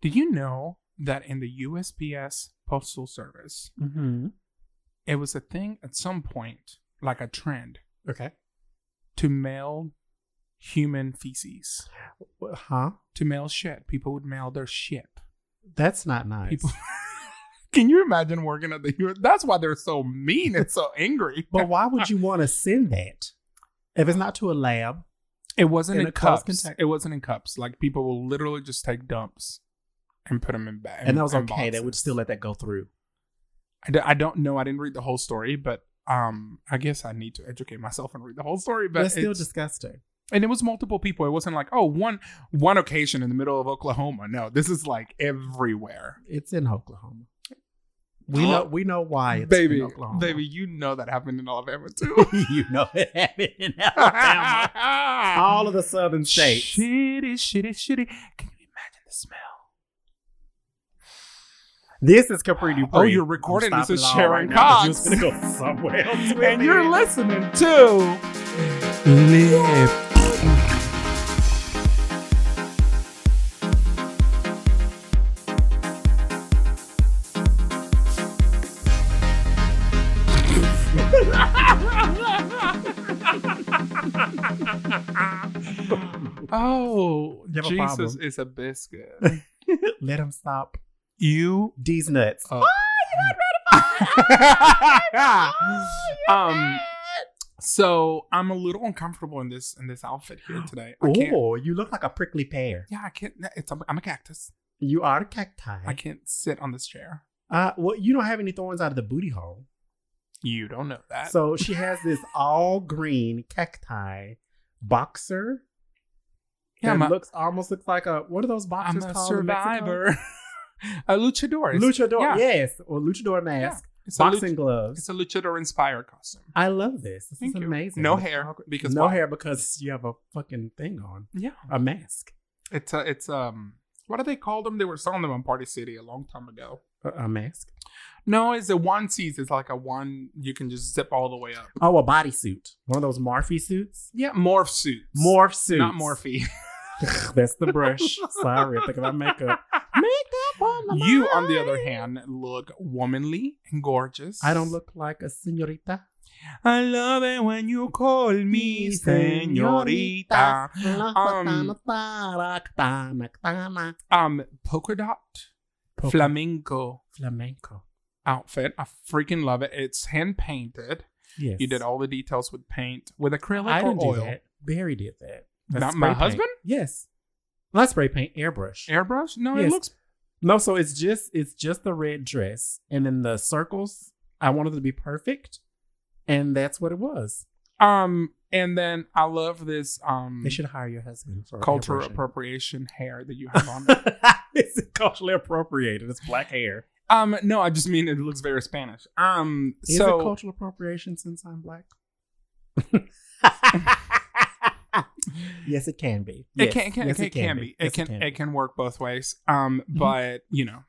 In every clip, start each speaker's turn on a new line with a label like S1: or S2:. S1: Did you know that in the USPS Postal Service,
S2: Mm-hmm.
S1: it was a thing at some point, like a trend,
S2: Okay.
S1: to mail human feces,
S2: Wh- Huh?
S1: to mail shit. People would mail their shit.
S2: That's not nice.
S1: People. Can you imagine working at the U.S.? That's why they're so mean and so angry.
S2: but why would you want to send that if it's not to a lab?
S1: It wasn't
S2: In
S1: in,
S2: a close
S1: cups.
S2: contact-
S1: It wasn't in cups. Like people will literally just take dumps and put them in bags.
S2: And, that was okay. They would still let that go through.
S1: I, d- I don't know. I didn't read the whole story, but um, I guess I need to educate myself and read the whole story. But
S2: That's still
S1: it's-
S2: disgusting.
S1: and it was multiple people. It wasn't like oh one one occasion in the middle of Oklahoma. No, this is like everywhere.
S2: It's in Oklahoma. We know. We know why it's
S1: baby,
S2: in Oklahoma.
S1: baby, you know that happened in Alabama too.
S2: you know it happened in Alabama. All of the southern states.
S1: Shitty, shitty, shitty. Can you imagine the smell?
S2: This is Capri Dupree.
S1: Oh, you're recording.
S2: I'm
S1: This is
S2: stopping it all
S1: Sharon
S2: now 'cause
S1: Cox.
S2: You're gonna go somewhere else. with
S1: and you're
S2: it.
S1: listening to Live. Oh,
S2: You have a
S1: Jesus
S2: problem.
S1: is a biscuit.
S2: Let him stop.
S1: You
S2: D's nuts.
S1: Oh. mm. um so I'm a little uncomfortable in this in this outfit here today. I can't
S2: Oh, you look like a prickly pear.
S1: yeah, I can't. It's I'm a cactus.
S2: You are a cacti.
S1: I can't sit on this chair.
S2: Uh, well, you don't have any thorns out of the booty hole.
S1: You don't know that.
S2: So she has this all green cacti boxer
S1: yeah,
S2: that
S1: I'm a,
S2: looks almost looks like a what are those
S1: I'm
S2: boxers
S1: a
S2: called? in Mexico?
S1: survivor. a luchador. It's-
S2: Luchador,
S1: Yeah.
S2: yes, or luchador
S1: yeah.
S2: mask,
S1: It's, a luch-
S2: boxing gloves.
S1: it's a luchador inspired costume.
S2: I love this. This
S1: Thank
S2: is
S1: you.
S2: amazing.
S1: No
S2: It's
S1: hair,
S2: all gr-
S1: because
S2: no
S1: why?
S2: hair because you have a fucking thing on
S1: Yeah,
S2: a mask,
S1: it's a, it's um. What do they call them? They were selling them on Party City a long time ago.
S2: a, a mask.
S1: No, it's a onesies. It's like a one you can just zip all the way up.
S2: Oh, a bodysuit, one of those Morphe suits.
S1: Yeah, morph suits.
S2: Morph suits,
S1: not Morphe.
S2: That's the brush. Sorry, I think about makeup. Makeup on
S1: you, on the other hand, look womanly and gorgeous.
S2: I don't look like a senorita.
S1: I love it when you call me señorita.
S2: Um,
S1: Um, polka dot flamingo
S2: flamenco.
S1: outfit. I freaking love it. It's hand painted.
S2: Yes.
S1: You did all the details with paint, with acrylic
S2: I
S1: or
S2: didn't
S1: oil.
S2: do that. Barry did that. That's
S1: Not my
S2: spray paint.
S1: husband?
S2: Yes. Not spray paint, airbrush.
S1: Airbrush? No, it
S2: Yes.
S1: looks.
S2: no, so it's just it's just the red dress, and then the circles. I wanted it to be perfect, and that's what it was.
S1: Um, and then I love this um
S2: They should hire your husband for
S1: cultural
S2: airbrushing.
S1: appropriation hair that you have on.
S2: it's culturally appropriated. It's black hair.
S1: um, no, I just mean it looks very Spanish. Um,
S2: Is
S1: so
S2: it cultural appropriation since I'm black? yes, it can be.
S1: it can, it can, it can, be. It can, it can work both ways. Um,
S2: Mm-hmm.
S1: but you know,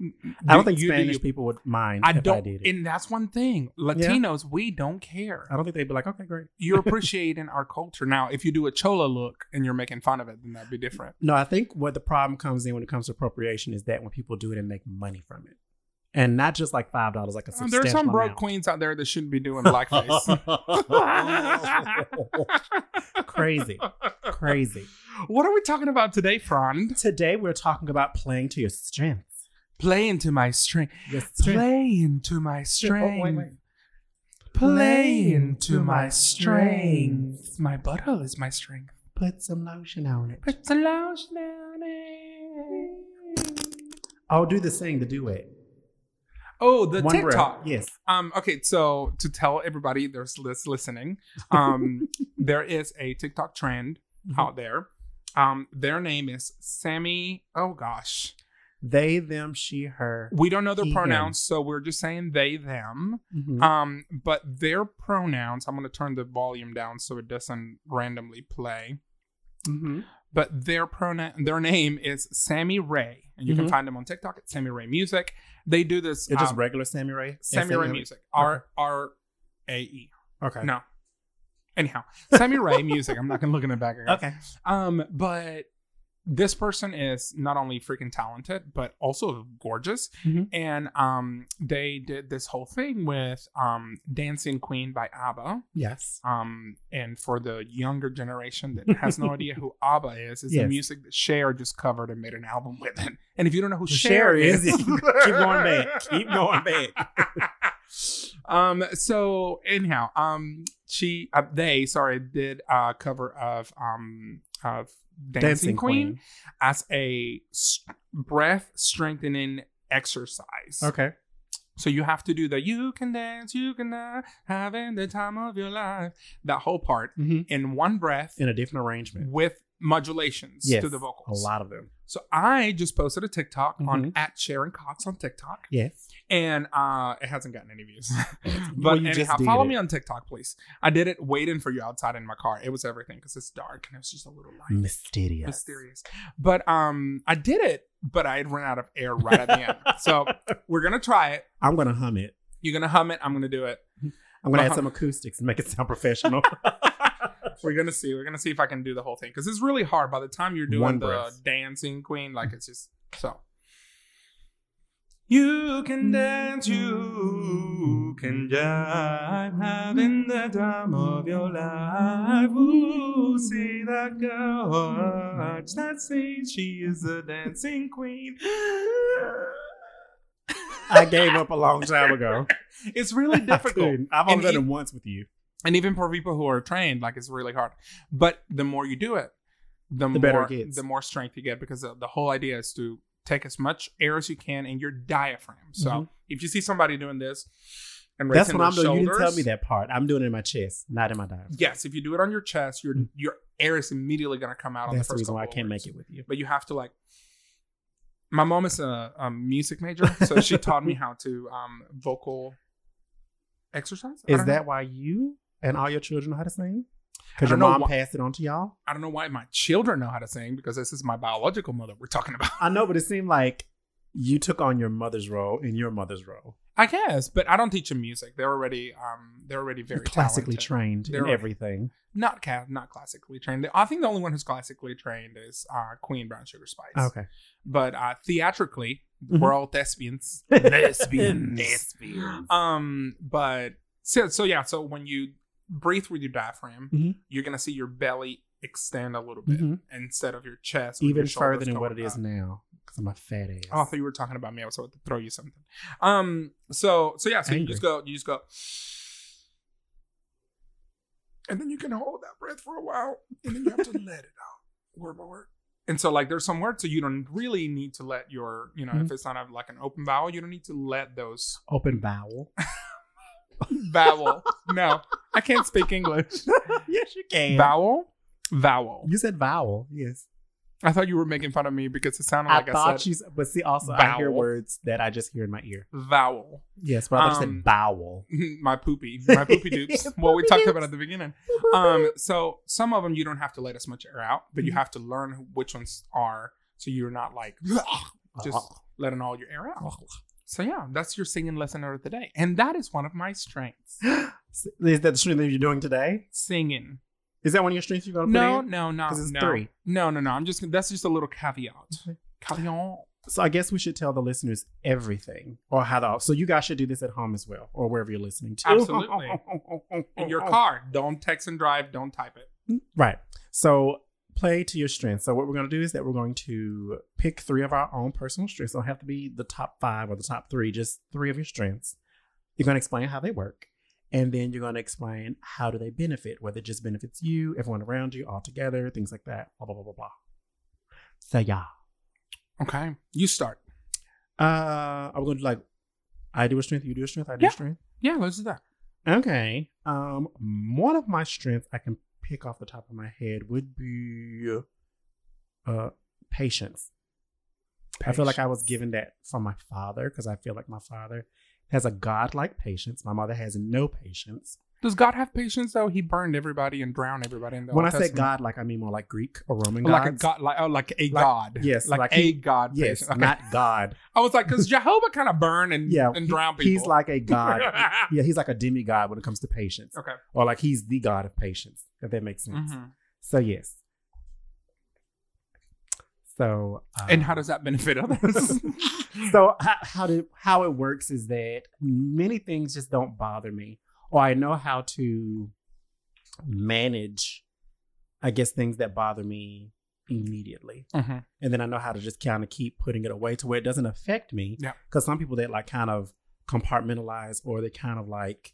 S2: I
S1: you-
S2: don't think
S1: you do
S2: Spanish
S1: you.
S2: people would mind
S1: I
S2: if
S1: don't,
S2: I did it. Um,
S1: and that's one thing. Latinos, we don't care.
S2: I don't think they'd be like, okay, great.
S1: You're appreciating our culture now. If you do a chola look and you're making fun of it, then that'd be different.
S2: No, I think what the problem comes in when it comes to appropriation is that when people do it and make money from it, and not just like five dollars, like a
S1: Um,
S2: substantial
S1: there are some broke
S2: amount.
S1: queens out there that shouldn't be doing blackface.
S2: crazy, crazy.
S1: what are we talking about today, Frond?
S2: Today we're talking about playing to your strengths.
S1: Play into my strength.
S2: Your strength.
S1: Play into my
S2: Oh, wait,
S1: strength.
S2: wait.
S1: Play into my strength. My butthole is my strength.
S2: Put some lotion on it.
S1: Put some lotion on it.
S2: I'll do the sing, the duet.
S1: Oh, the
S2: One breath.
S1: TikTok.
S2: Yes.
S1: Um, okay, so to tell everybody that's lis- listening, um, there is a TikTok trend
S2: Mhm.
S1: out there. Um, their name is Sammy. Oh gosh,
S2: They, them, she, her.
S1: we don't know their
S2: He, him.
S1: pronouns, so we're just saying they, them.
S2: Mhm.
S1: Um, but their pronouns. I'm gonna turn the volume down so it doesn't randomly play.
S2: Mhm.
S1: But their pronoun, their name is Sammy Ray, and you can
S2: Mhm.
S1: find them on TikTok at Sammy Ray Music. They do this.
S2: It's just
S1: um,
S2: regular samurai.
S1: Sammy Ray
S2: E.
S1: Music. R R A E.
S2: Okay.
S1: No. Anyhow, Sammy Ray music. I'm not gonna look in the back.
S2: Okay.
S1: Um, but this person is not only freaking talented but also gorgeous
S2: Mhm.
S1: and um they did this whole thing with um dancing queen by abba
S2: Yes.
S1: um and for the younger generation that has no idea who abba is is the
S2: Yes.
S1: music that Cher just covered and made an album with it and if you don't know who Cher,
S2: Cher
S1: is,
S2: is- keep going back. Keep going
S1: back um so anyhow um she uh, they sorry did a cover of um of dancing, queen, as a s- breath strengthening exercise
S2: Okay.
S1: so you have to do the you can dance, you can dance, having the time of your life. That whole part
S2: Mm-hmm.
S1: in one breath
S2: In a different arrangement.
S1: with modulations
S2: Yes.
S1: to the vocals.
S2: A lot Mm-hmm. of them.
S1: So I just posted a TikTok on at Sharon Cox on TikTok.
S2: Yes.
S1: And uh it hasn't gotten any views. but
S2: Well, you just
S1: anyhow,
S2: did
S1: follow
S2: it.
S1: me on TikTok, please. I did it waiting for you outside in my car. It was everything because it's dark and it was just a little light
S2: Mm, Mysterious.
S1: mysterious. But um I did it, but I had run out of air right at the end. So we're gonna try it.
S2: I'm gonna hum it.
S1: You're gonna hum it. I'm gonna do it.
S2: I'm gonna add
S1: Uh-huh.
S2: some acoustics and make it sound professional.
S1: We're gonna see. We're gonna see if I can do the whole thing because it's really hard. By the time you're doing
S2: One
S1: the
S2: breath.
S1: dancing queen, like it's just so. You can dance, you can jive, having the time of your life. Ooh, see that girl, watch that scene. She is the dancing queen.
S2: I gave up a long time ago.
S1: It's really
S2: I
S1: difficult.
S2: couldn't. I've
S1: And
S2: only done
S1: e-
S2: it once with you.
S1: and even for people who are trained like it's really hard but the more you do it the, more
S2: The better it gets.
S1: the more strength you get because the, the whole idea is to take as much air as you can in your diaphragm so
S2: Mhm.
S1: if you see somebody doing this and
S2: That's
S1: raising
S2: what I'm
S1: their
S2: doing. You didn't tell
S1: shoulders-
S2: me that part. I'm doing it in my chest, not in my diaphragm.
S1: yes if you do it on your chest your
S2: Mm.
S1: your air is immediately going to come out on the
S2: That's
S1: first
S2: the reason why I
S1: couple
S2: can't
S1: of
S2: make
S1: words.
S2: it with you.
S1: but you have to like my mom is a, a music major so she taught me how to um vocal exercise I
S2: Is
S1: don't know.
S2: that why you and all your children know how to sing?
S1: I
S2: Because
S1: don't
S2: your
S1: know
S2: mom
S1: why-
S2: passed it on to y'all.
S1: I don't know why my children know how to sing because this is my biological mother we're talking about.
S2: I know, but it seemed like you took on your mother's role and your mother's role.
S1: I guess, but I don't teach them music. They're already um they're already very
S2: classically
S1: talented.
S2: trained
S1: They're-
S2: in everything.
S1: Not ca- not classically trained. I think the only one who's classically trained is uh, Queen Brown Sugar Spice.
S2: Okay.
S1: But uh, theatrically,
S2: Mhm.
S1: we're all thespians.
S2: Lesbians.
S1: Um, but so, so yeah, so when you breathe with your diaphragm,
S2: Mhm.
S1: you're gonna see your belly extend a little bit
S2: Mhm.
S1: instead of your chest. with
S2: Even
S1: your shoulders
S2: further than what it
S1: going
S2: is
S1: up.
S2: now. Because I'm a fat ass.
S1: Oh, I thought you were talking about me. I was about to throw you something. Um. So so yeah. So you
S2: Angry.
S1: just go. You just go. And then you can hold that breath for a while, and then you have to let it out word by word. And so like there's some words, so you don't really need to let your you know
S2: Mm-hmm.
S1: if it's not a, like an open vowel, you don't need to let those
S2: Open vowel.
S1: vowel. no, I can't speak English.
S2: yes, you can.
S1: Vowel, vowel.
S2: You said vowel. Yes.
S1: I thought you were making fun of me because it sounded
S2: I
S1: like I,
S2: thought
S1: said
S2: you, s- but see, also I hear
S1: vowel.
S2: words that I just hear in my ear.
S1: vowel.
S2: Yes, but I thought you
S1: Um,
S2: said bowel.
S1: my poopy, my poopy dupes. what we
S2: Poopy
S1: talked
S2: dupes.
S1: about at the beginning. Um, so some of them you don't have to let as much air out, but you
S2: Mhm.
S1: have to learn which ones are, so you're not like
S2: Uh-huh.
S1: just letting all your air out. So yeah, that's your singing lesson of the day, and that is one of my strengths:
S2: is that the strength that you're doing today?
S1: singing.
S2: Is that one of your strengths you're going to put
S1: No,
S2: in?
S1: no, no,
S2: 'Cause it's
S1: no,
S2: three. Mm-hmm.
S1: no, no, no. I'm just that's just a little caveat.
S2: Okay.
S1: Caveat.
S2: So I guess we should tell the listeners everything or how to. So you guys should do this at home as well or wherever you're listening to.
S1: Absolutely.
S2: Oh,
S1: In your car, don't text and drive. Don't type it.
S2: Right. So play to your strengths. So what we're going to do is that we're going to pick three of our own personal strengths. Don't have to be the top five or the top three, just three of your strengths. You're going to explain how they work. And then you're going to explain how do they benefit, whether it just benefits you, everyone around you, all together, things like that. Blah blah blah blah blah. So yeah.
S1: Okay, you start.
S2: Uh I'm going to like I do a strength, you do a strength, I do
S1: Yeah.
S2: a strength.
S1: Yeah, let's do that.
S2: Okay. Um, one of my strengths I can pick off the top of my head would be uh patience. I feel like I was given that from my father because I feel like my father has a godlike patience. My mother has no patience.
S1: Does God have patience though? He burned everybody and drowned everybody in the
S2: when I
S1: Old
S2: say
S1: Testament.
S2: godlike, I mean more like Greek or Roman
S1: like a
S2: gods.
S1: god, like oh, like a
S2: Like-
S1: god,
S2: yes,
S1: like,
S2: like
S1: a
S2: he-
S1: god.
S2: Yes,
S1: patient. Okay.
S2: not God.
S1: I was like, because Jehovah kind of burn and
S2: Yeah,
S1: and drown people.
S2: He's like a god. yeah, he's like a demigod when it comes to patience,
S1: okay, Mm-hmm.
S2: or like he's the god of patience. If that makes sense.
S1: Mhm.
S2: So yes. So um,
S1: And how does that benefit others?
S2: so how, how do how it works is that many things just don't bother me, or I know how to manage, I guess things that bother me immediately,
S1: Mhm.
S2: and then I know how to just kind of keep putting it away to where it doesn't affect me.
S1: Yeah.
S2: because some people that like kind of compartmentalize or they kind of like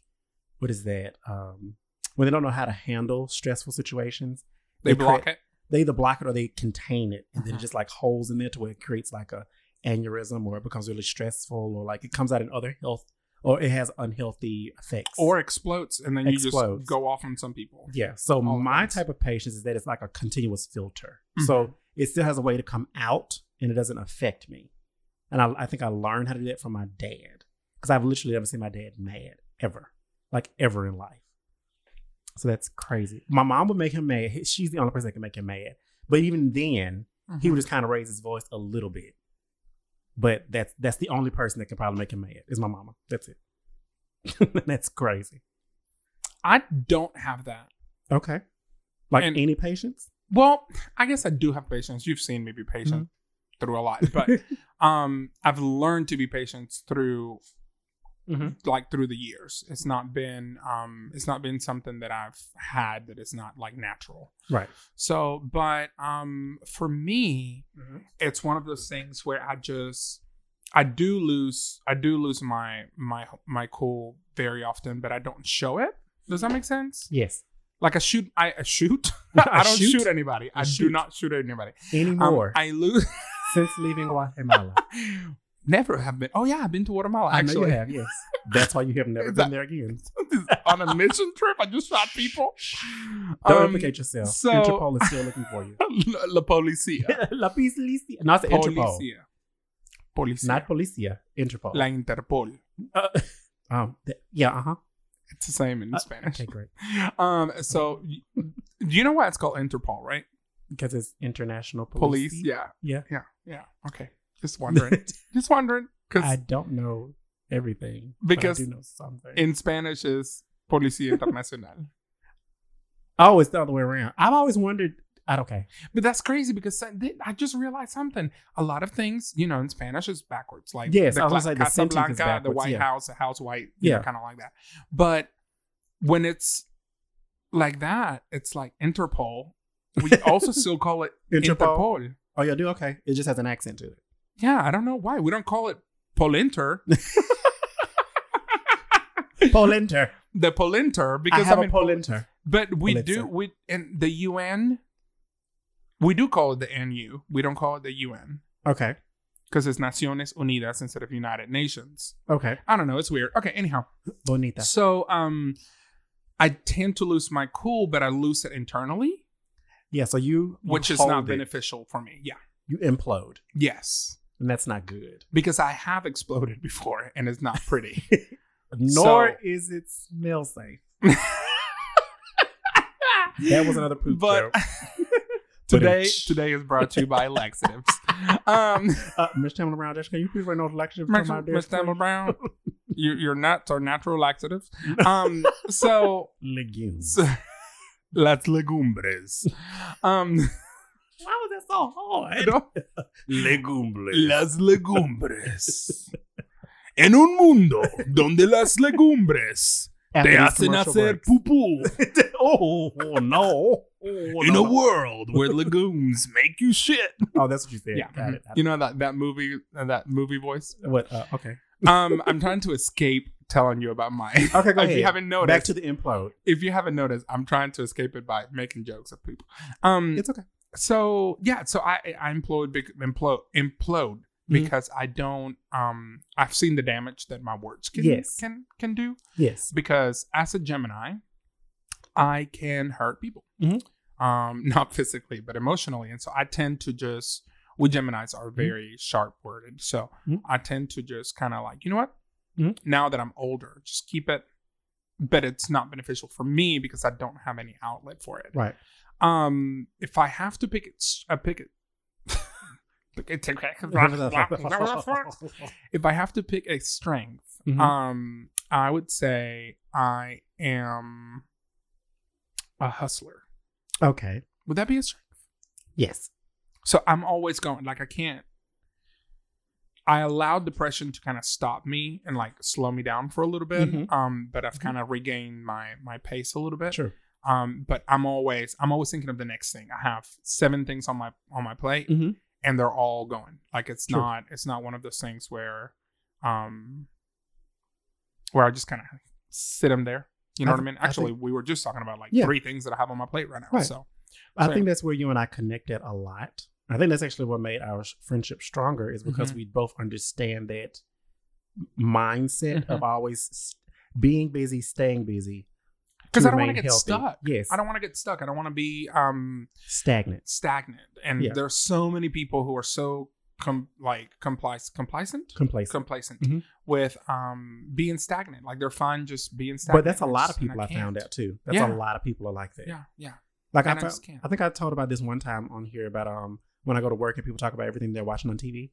S2: what is that um when they don't know how to handle stressful situations
S1: They,
S2: They
S1: block it.
S2: they either block it or they contain it, and then it
S1: Mhm.
S2: just like holes in there to where it creates like a aneurysm or it becomes really stressful or like it comes out in other health or it has unhealthy effects.
S1: Or explodes and then you
S2: Explodes.
S1: just go off on some people.
S2: yeah. So
S1: All at
S2: my
S1: once. Mm-hmm.
S2: type of patience is that it's like a continuous filter. So it still has a way to come out and it doesn't affect me. And I, I think I learned how to do that from my dad because I've literally never seen my dad mad ever, like ever in life. So that's crazy. My mom would make him mad. She's the only person that can make him mad. But even then, he
S1: Mm-hmm.
S2: would just kind of raise his voice a little bit. But that's that's the only person that can probably make him mad is my mama. That's it. that's crazy.
S1: I don't have that.
S2: Okay. Like
S1: And-
S2: any patience?
S1: Well, I guess I do have patience. You've seen me be patient
S2: Mm-hmm.
S1: through a lot, but um, I've learned to be patient through
S2: Mhm.
S1: like through the years. It's not been um, it's not been something that I've had that is not like natural.
S2: Right.
S1: So, but um, for me,
S2: Mm-hmm.
S1: it's one of those things where I just I do lose I do lose my my my cool very often, but I don't show it. Does that make sense?
S2: Yes.
S1: Like I shoot I, I shoot. I, don't shoot, anybody. I,
S2: I
S1: do
S2: shoot.
S1: not shoot anybody. Um,
S2: anymore
S1: I lose.
S2: since leaving Guatemala.
S1: Never have been. Oh yeah, I've been to Guatemala
S2: I know you
S1: actually
S2: have, yes. That's why you have never been there again.
S1: on a mission trip. I just shot people.
S2: Don't
S1: Um,
S2: implicate yourself.
S1: so-
S2: Interpol is still looking for you.
S1: La- La Policia.
S2: La Policia. No, it's Interpol.
S1: Policia. Policia.
S2: Not Policia. Interpol.
S1: La Interpol.
S2: um, th- yeah, uh huh.
S1: It's the same in
S2: Uh,
S1: Spanish.
S2: Okay, great.
S1: Um. So, y- do you know why it's called Interpol, right?
S2: Because it's international police.
S1: Police. Yeah.
S2: Yeah.
S1: Yeah. Yeah. Okay. Just wondering. just wondering.
S2: I
S1: Because
S2: don't know everything.
S1: Because
S2: but I do know something.
S1: in Spanish is Policia Internacional.
S2: oh, it's the other way around. I've always wondered. I don't care.
S1: But that's crazy because some- th- I just realized something. A lot of things, you know, in Spanish is backwards. Like
S2: Yes,
S1: the
S2: I was
S1: Cla-
S2: gonna say the sentence is
S1: the
S2: backwards,
S1: White
S2: yeah.
S1: House, the House White, yeah,
S2: Yeah.
S1: kind of like that. But when it's like that, it's like Interpol. We also still call it Interpol.
S2: Oh, you do? Okay. It just has an accent to it.
S1: Yeah, I don't know why we don't call it Polinter.
S2: Polinter.
S1: The Polinter because
S2: I have
S1: mean,
S2: a Polinter.
S1: but we do
S2: Politzer.
S1: we and the UN. We do call it the NU. We don't call it the UN.
S2: Okay.
S1: because it's Naciones Unidas instead of United Nations.
S2: Okay.
S1: I don't know. It's weird. Okay. Anyhow,
S2: Bonita.
S1: so um, I tend to lose my cool, but I lose it internally,
S2: Yeah. So you, you
S1: which is
S2: hold
S1: not
S2: it.
S1: beneficial for me. Yeah.
S2: You implode,
S1: Yes,
S2: and that's not good.
S1: because I have exploded before, and it's not pretty.
S2: Nor
S1: So-
S2: is it smell safe. That was another poop
S1: But
S2: joke.
S1: today,
S2: Ba-dum-tsh.
S1: today is brought to you by laxatives. um,
S2: Uh, Ms. Tamala Brown, Jessica, can you please write no lecture to my
S1: Miss
S2: desk?
S1: Tamara Brown, you, your nuts are natural laxatives. Um, so
S2: Legumes.
S1: So- Las legumbres. Um,
S2: Why was that so hard?
S1: no.
S2: Legumes.
S1: Las legumbres. En un mundo donde las legumbres te hacen hacer pupú.
S2: oh, oh, no. Oh,
S1: In a
S2: no.
S1: world where legumes make you shit.
S2: oh, that's what you said.
S1: Yeah. mm-hmm.
S2: Got it. Got
S1: You know that that movie uh, that movie voice.
S2: it. What? Uh, okay.
S1: Um, I'm trying to escape telling you about mine.
S2: Okay, go
S1: If
S2: ahead.
S1: you haven't
S2: Oh, Back
S1: noticed,
S2: to the implode.
S1: if you haven't noticed, I'm trying to escape it by making jokes of people. Um,
S2: It's okay.
S1: so yeah, so I I implode bec- implode implode because I don't um I've seen the damage that my words can
S2: Yes.
S1: can can do
S2: Yes.
S1: because as a Gemini, I can hurt people,
S2: Mhm.
S1: um not physically but emotionally, and so I tend to just we Geminis are very sharp worded, so
S2: Mhm.
S1: I tend to just kind of like you know what
S2: Mhm.
S1: now that I'm older, just keep it, but it's not beneficial for me because I don't have any outlet for it.
S2: Right.
S1: Um, if I have to pick it, I pick it. Pick it- if I have to pick a strength,
S2: Mhm.
S1: um, I would say I am a hustler.
S2: okay.
S1: Would that be a strength?
S2: Yes.
S1: So I'm always going like I can't. I allowed depression to kind of stop me and like slow me down for a little bit.
S2: Mhm.
S1: Um, but I've
S2: Mhm.
S1: kind of regained my my pace a little bit.
S2: Sure.
S1: Um, but I'm always I'm always thinking of the next thing. I have seven things on my on my plate,
S2: Mhm.
S1: and they're all going. Like it's
S2: Sure.
S1: not it's not one of those things where, um, where I just kind of sit them there. You know
S2: I
S1: what I
S2: th-
S1: mean?
S2: I
S1: Actually, we were just talking about like
S2: Yeah.
S1: three things that I have on my plate right now.
S2: Right.
S1: So
S2: I
S1: Same.
S2: think that's where you and I connected a lot. I think that's actually what made our sh- friendship stronger is because
S1: Mm-hmm.
S2: we both understand that mindset
S1: Mm-hmm.
S2: of always s- being busy, staying busy.
S1: because I don't want to
S2: remain
S1: get
S2: healthy.
S1: stuck.
S2: Yes,
S1: I don't want to get stuck. I don't want to be um
S2: stagnant.
S1: stagnant. And
S2: Yeah.
S1: there are so many people who are so com- like complic- complacent,
S2: Complacent.
S1: complacent
S2: Mhm.
S1: with um being stagnant. Like they're fine just being stagnant.
S2: but that's a
S1: and
S2: lot
S1: just-
S2: of
S1: and
S2: people I, found
S1: can't.
S2: out too. That's
S1: Yeah.
S2: a lot of people are like that.
S1: Yeah, yeah.
S2: Like I,
S1: And I
S2: fo-
S1: just can't.
S2: I think I told about this one time on here about um when I go to work and people talk about everything they're watching on TV.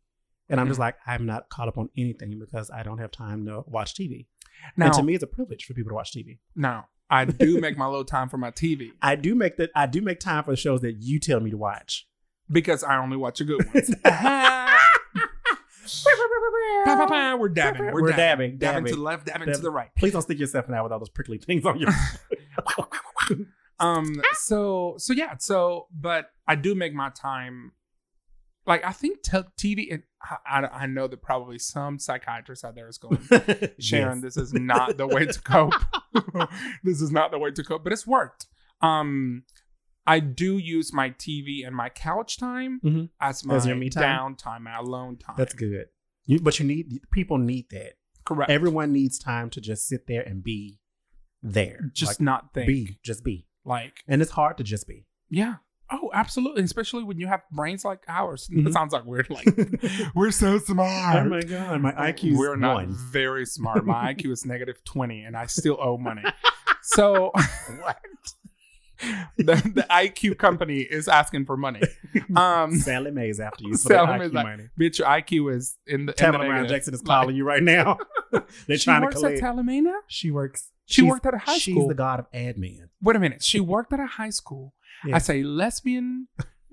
S2: And I'm just like, I'm not caught up on anything because I don't have time to watch TV.
S1: Now,
S2: and to me, it's a privilege for people to watch TV.
S1: now I do make my little time for my TV
S2: I do make that. I do make time for the shows that you tell me to watch.
S1: because I only watch a good ones. Pa, pa, pa, we're dabbing. We're,
S2: We're
S1: dabbing. to
S2: dabbing, dabbing.
S1: the left, dabbing, to
S2: Dabbing.
S1: the right.
S2: Please don't stick yourself in out with all those prickly things on your.
S1: Um. So so yeah. So but I do make my time. Like I think tel TV and I, I I know that probably some psychiatrist out there is going Sharon,
S2: Yes.
S1: this is not the way to cope. this is not the way to cope, but it's worked. Um, I do use my TV and my couch time
S2: Mhm.
S1: as my
S2: As your me time?
S1: downtime, my alone time.
S2: that's good. You, but you need people need that.
S1: correct.
S2: Everyone needs time to just sit there and be there.
S1: just
S2: Like,
S1: not think.
S2: be, just be,
S1: Like,
S2: and it's hard to just be.
S1: yeah. Oh, absolutely. Especially when you have brains like ours. That
S2: Mhm.
S1: sounds like weird. Like, oh we're so smart.
S2: oh my god, my IQ is
S1: We're not
S2: one.
S1: very smart. My IQ is negative 20, and I still owe money. So
S2: What?
S1: the, the IQ company is asking for money. Um,
S2: Sally Mays after you.
S1: Sally
S2: Sally
S1: Mae's
S2: Mays
S1: like,
S2: money.
S1: bitch, your IQ is in the. in
S2: Tamara
S1: the
S2: Brown
S1: negative.
S2: Jackson is calling you right now. They're
S1: she
S2: trying to
S1: works
S2: collect.
S1: at Talamina.
S2: she works.
S1: She
S2: she's-
S1: worked at a high
S2: she's
S1: school.
S2: the god of admin.
S1: Wait a minute. She worked at a high school. I
S2: Yeah.
S1: say lesbian.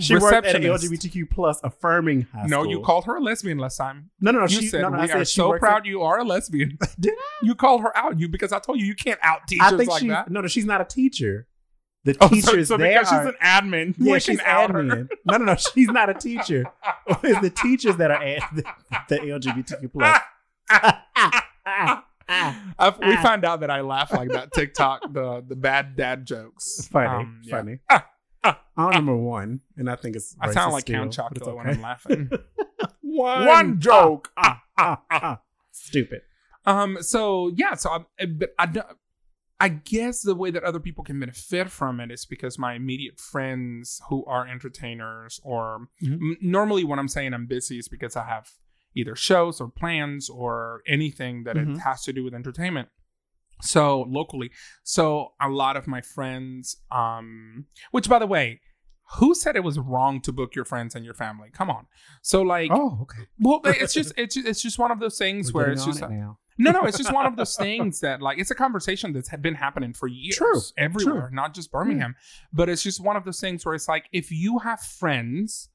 S2: She worked at an
S1: receptionist.
S2: LGBTQ plus affirming high
S1: No,
S2: school.
S1: you called her a lesbian last time.
S2: No, no, no.
S1: You
S2: she,
S1: said
S2: no, no,
S1: we
S2: I
S1: are
S2: said she
S1: so
S2: works
S1: proud you are a lesbian.
S2: Did
S1: You called her out, you because I told you you can't out
S2: At,
S1: teachers
S2: I think
S1: like
S2: she's
S1: that.
S2: no, no. She's not a teacher. The
S1: Oh, so-
S2: teachers
S1: so,
S2: there
S1: because
S2: are.
S1: she's an admin,
S2: yeah,
S1: we
S2: she's
S1: can out her.
S2: admin. No, no, no. She's not a teacher. it's the teachers that are at the, the LGBTQ plus.
S1: I, we find out that I laugh like that TikTok, the the bad dad jokes.
S2: funny,
S1: Um, yeah.
S2: funny.
S1: Ah, ah,
S2: I'm number one, and I think it's.
S1: I sound
S2: racist
S1: like Count
S2: still, but
S1: Chocula
S2: it's
S1: when
S2: okay.
S1: I'm laughing.
S2: One,
S1: One joke.
S2: Ah, ah, ah. Stupid.
S1: Um. So yeah. So I, but I, don't- I guess the way that other people can benefit from it is because my immediate friends who are entertainers, or
S2: Mhm.
S1: m- normally when I'm saying I'm busy is because I have either shows or plans or anything that it
S2: Mhm.
S1: has to do with entertainment. So locally, so a lot of my friends, um, which by the way, who said it was wrong to book your friends and your family? Come on. So like,
S2: Oh, okay.
S1: well, eh, it's just it's it's just one of those things
S2: We're
S1: where
S2: getting
S1: it's just
S2: on it now.
S1: no, no, it's just one of those things that like it's a conversation that's had been happening for years.
S2: True,
S1: Everywhere, not just Birmingham. But it's just one of those things where it's like if you have friends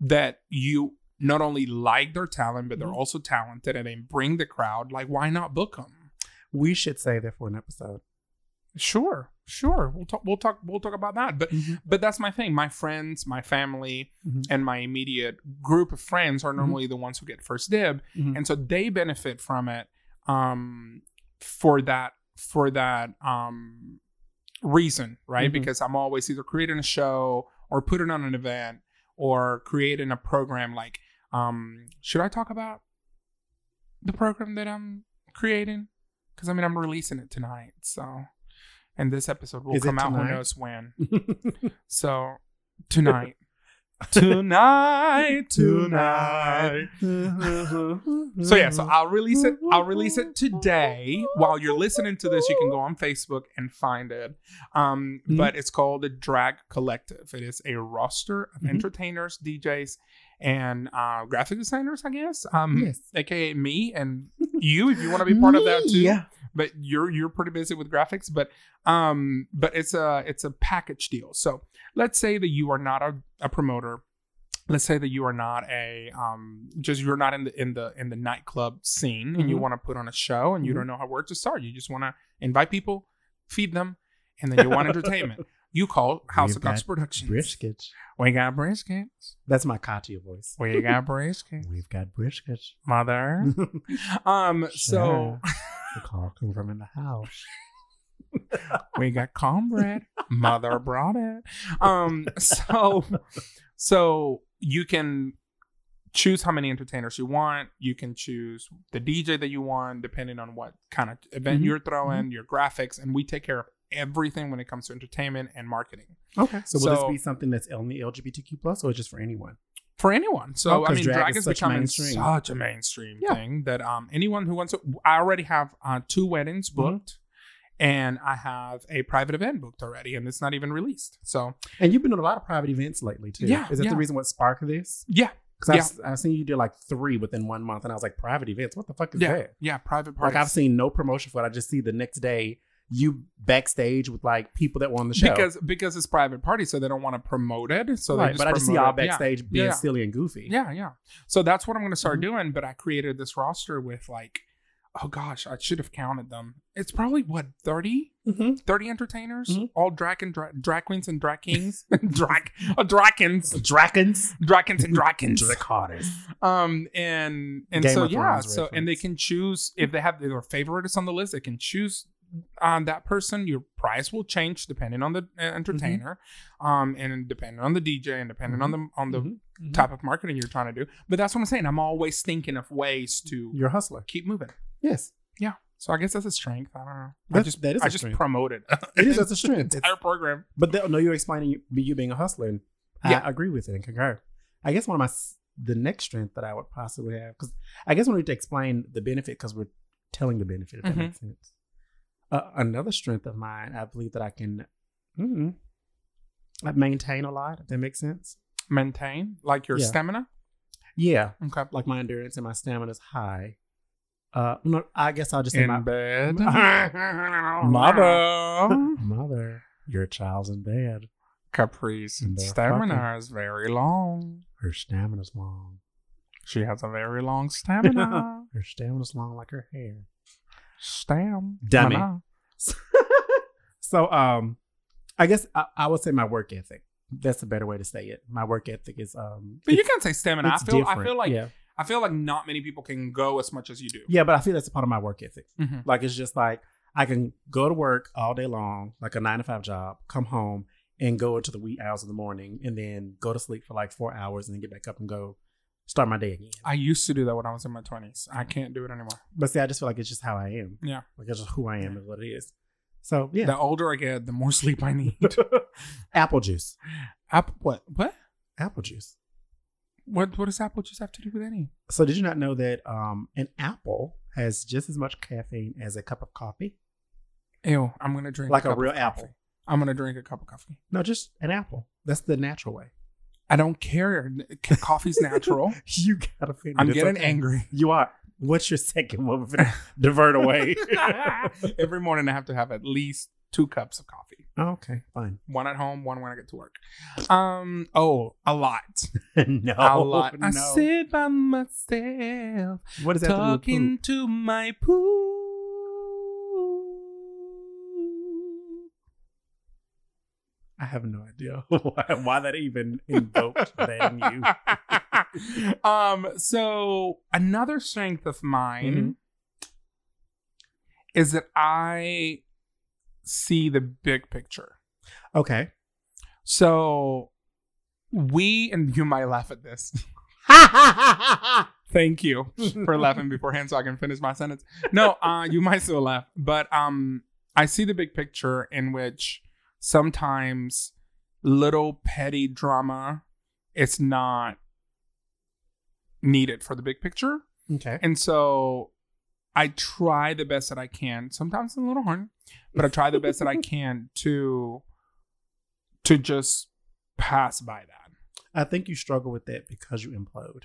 S1: that you not only like their talent, but they're
S2: Mhm.
S1: also talented and they bring the crowd, like why not book them?
S2: We should say that for an episode.
S1: Sure, sure. We'll talk we'll talk we'll talk about that. But but that's my thing. My friends, my family,
S2: Mhm.
S1: and my immediate group of friends are normally the ones who get first dib.
S2: Mhm.
S1: and so they benefit from it um for that for that um reason right
S2: Mhm.
S1: because i'm always either creating a show or putting on an event or creating a program like um should i talk about the program that i'm creating because i mean i'm releasing it tonight so and this episode will
S2: Is it
S1: come out who
S2: tonight?
S1: knows when mm-hmm. so tonight tonight tonight
S2: Uh-huh.
S1: so yeah, so I'll release it. I'll release it today. While you're listening to this, you can go on Facebook and find it. Um,
S2: Mhm.
S1: But it's called the Drag Collective. It is a roster of
S2: Mhm.
S1: entertainers, DJs, and uh, graphic designers, I guess. Um,
S2: Yes.
S1: aka me and you, if you want to be part of that too.
S2: Yeah.
S1: But you're you're pretty busy with graphics. But um, but it's a it's a package deal. So let's say that you are not a, a promoter let's say that you are not a um just you're not in the in the in the nightclub scene and you
S2: Mhm.
S1: want to put on a show and you
S2: Mm-hmm.
S1: don't know how where to start you just want to invite people feed them and then you want entertainment you call house
S2: We've
S1: of guts
S2: got
S1: productions
S2: Brisket.
S1: we got briskets
S2: That's my Katya voice.
S1: we got briskets
S2: We've got brisket.
S1: mother um so
S2: Sure. the call come from in the house.
S1: we got cornbread mother brought it um so so you can choose how many entertainers you want you can choose the dj that you want depending on what kind of event
S2: Mhm.
S1: you're throwing your graphics and we take care of everything when it comes to entertainment and marketing
S2: Okay. So will
S1: So-
S2: this be something that's only LGBTQ plus or just for anyone?
S1: for anyone so
S2: Oh,
S1: i
S2: 'cause
S1: mean drag,
S2: drag
S1: is,
S2: is such
S1: becoming
S2: mainstream.
S1: such a mainstream
S2: Yeah.
S1: thing that um anyone who wants to i already have uh, two weddings
S2: Mm-hmm.
S1: booked and i have a private event booked already and it's not even released so
S2: And you've been doing a lot of private events lately too.
S1: Yeah,
S2: Is that
S1: yeah.
S2: the reason what sparked this?
S1: yeah
S2: Because I've, I've seen you do like three within one month, and I was like, private events? What the fuck is
S1: yeah
S2: that?
S1: yeah private parties
S2: Like I've seen no promotion for it. I just see the next day you backstage with like people that were on the show.
S1: because because it's private party, so they don't want to promote it. So they
S2: right,
S1: just
S2: but I just see
S1: promote
S2: y'all
S1: it. Yeah.
S2: backstage being
S1: yeah.
S2: silly and goofy.
S1: Yeah, yeah. So that's what I'm gonna start
S2: Mm-hmm.
S1: doing. But I created this roster with like, oh gosh, I should have counted them. It's probably what 30?
S2: Mm-hmm.
S1: 30 entertainers,
S2: Mhm.
S1: all drag and dra- drag queens and drag kings, drag uh, drakens,
S2: Dragons.
S1: drakens and drakens.
S2: Dracarders.
S1: Um and and
S2: Game
S1: so
S2: of
S1: yeah,
S2: Thrones
S1: so and they
S2: reference.
S1: can choose if they have their favorites on the list, they can choose on that person. Your price will change depending on the uh,
S2: Mm-hmm.
S1: entertainer, um, and depending on the DJ, and depending on the on the
S2: Mhm.
S1: type of marketing you're trying to do. But that's what I'm saying. I'm always thinking of ways to
S2: You're a hustler.
S1: keep moving.
S2: Yes.
S1: So I guess that's a strength. I don't know. I
S2: That's-
S1: just
S2: that is
S1: I
S2: a
S1: just
S2: strength.
S1: promoted
S2: It is that's a strength. It's-
S1: entire program.
S2: But the, no, you're explaining you, you being a hustler, and
S1: Yeah.
S2: I agree with it and concur. I guess one of my s- the next strength that I would possibly have because I guess we need to explain the benefit because we're telling the benefit if
S1: Mhm.
S2: that makes sense. Uh, another strength of mine, I believe that I can, mm, I maintain a lot. If that makes sense,
S1: Maintain like your
S2: Yeah.
S1: stamina.
S2: yeah,
S1: Okay.
S2: like my endurance and my stamina is high. Uh, no, I guess I'll just say
S1: In
S2: my
S1: bed.
S2: Mother. mother. Your child's in bed.
S1: Capri's
S2: And they're
S1: stamina
S2: fucking-
S1: is very long.
S2: Her stamina's long.
S1: She has a very long stamina.
S2: Her stamina's long like her hair.
S1: Stam.
S2: Dummy.
S1: mana.
S2: So um I guess I, I would say my work ethic. That's a better way to say it. My work ethic is um
S1: But you
S2: it's-
S1: can say stamina. I
S2: it's
S1: feel. I
S2: different.
S1: feel like.
S2: yeah.
S1: I feel like not many people can go as much as you do.
S2: yeah, but I feel that's a part of my work ethic.
S1: Mhm.
S2: Like it's just like I can go to work all day long, like a nine to five job, come home and go into the wee hours of the morning and then go to sleep for like four hours and then get back up and go start my day again.
S1: I used to do that when I was in my twenties. I can't do it anymore.
S2: But see, I just feel like it's just how I am.
S1: Yeah.
S2: Like it's just who I am is what it is. So yeah.
S1: The older I get, the more sleep I need.
S2: apple juice.
S1: Apple, what? What?
S2: Apple juice.
S1: What? What does apple juice have to do with any?
S2: So did you not know that um, an apple has just as much caffeine as a cup of coffee?
S1: Ew! I'm gonna drink
S2: Like a
S1: cup of
S2: real
S1: coffee.
S2: apple.
S1: I'm gonna drink a cup of coffee.
S2: No, just an apple. That's the natural way.
S1: I don't care. C- Coffee's natural.
S2: You got offended.
S1: I'm
S2: It's
S1: getting
S2: okay.
S1: angry.
S2: You are. What's your second one? We're gonna Divert away.
S1: Every morning I have to have at least two cups of coffee.
S2: okay, fine.
S1: One at home, one when I get to work. Um. Oh, a lot.
S2: no,
S1: a lot.
S2: Oh, no.
S1: I sit by myself,
S2: what is that?
S1: talking
S2: Talking.
S1: to my poo.
S2: I have no idea why, why that even invoked that in you.
S1: um, so another strength of mine
S2: Mm-hmm.
S1: is that I see the big picture.
S2: Okay.
S1: So we and you might laugh at this. Thank you for laughing beforehand so I can finish my sentence. No, uh, you might still laugh, but um, I see the big picture in which sometimes little petty drama is not needed for the big picture.
S2: okay.
S1: And so I try the best that I can. Sometimes I'm a little horny, but I try the best that I can to to just pass by that.
S2: I think you struggle with that because you implode.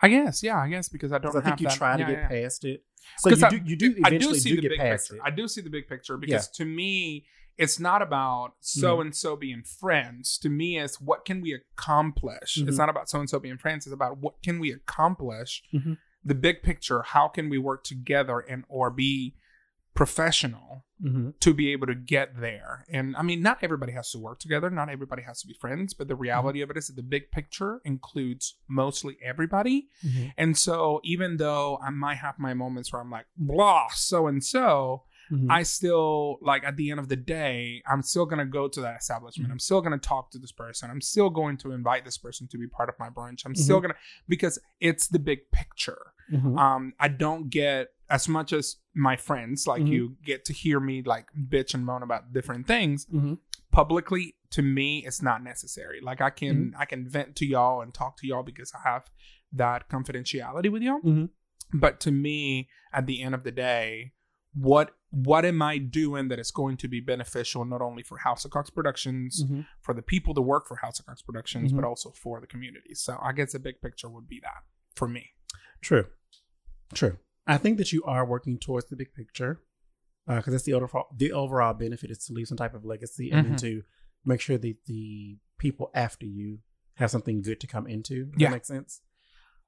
S1: I guess, yeah, I guess because I don't.
S2: Because I think
S1: have
S2: you
S1: that-
S2: try to
S1: yeah,
S2: get
S1: yeah.
S2: past it. So
S1: 'Cause
S2: you
S1: I-
S2: do, you do
S1: I
S2: eventually
S1: do
S2: do,
S1: see the
S2: get
S1: big
S2: past
S1: picture.
S2: it.
S1: I do see the big picture because to me, it's not about
S2: Mm-hmm.
S1: so and so being friends. To me, it's what can we accomplish?
S2: Mhm.
S1: It's not about so and so being friends. It's about what can we accomplish?
S2: Mhm.
S1: The big picture. How can we work together and or be professional
S2: Mm-hmm.
S1: to be able to get there? And I mean, not everybody has to work together. Not everybody has to be friends. But
S2: Mm-hmm.
S1: the reality of it is that the big picture includes mostly everybody.
S2: Mm-hmm.
S1: And so, even though I might have my moments where I'm like, blah, so and so.
S2: mm-hmm,
S1: I still like at the end of the day, I'm still gonna go to that establishment. I'm still gonna talk to this person. I'm still going to invite this person to be part of my brunch. I'm still gonna because it's the big picture.
S2: mm-hmm,
S1: Um, I don't get as much as my friends like
S2: Mhm.
S1: you get to hear me like bitch and moan about different things
S2: Mhm.
S1: publicly. To me, it's not necessary. Like I can I can vent to y'all and talk to y'all because I have that confidentiality with y'all
S2: Mhm.
S1: but to me at the end of the day what what am i doing that is going to be beneficial not only for house of cox productions
S2: Mhm.
S1: for the people that work for house of cox productions
S2: Mhm.
S1: but also for the community so i guess the big picture would be that for me
S2: True. True. I think that you are working towards the big picture because that's the overall the overall benefit is to leave some type of legacy and then
S1: Mhm.
S2: to make sure that the people after you have something good to come into. Does
S1: Yeah.
S2: That makes sense.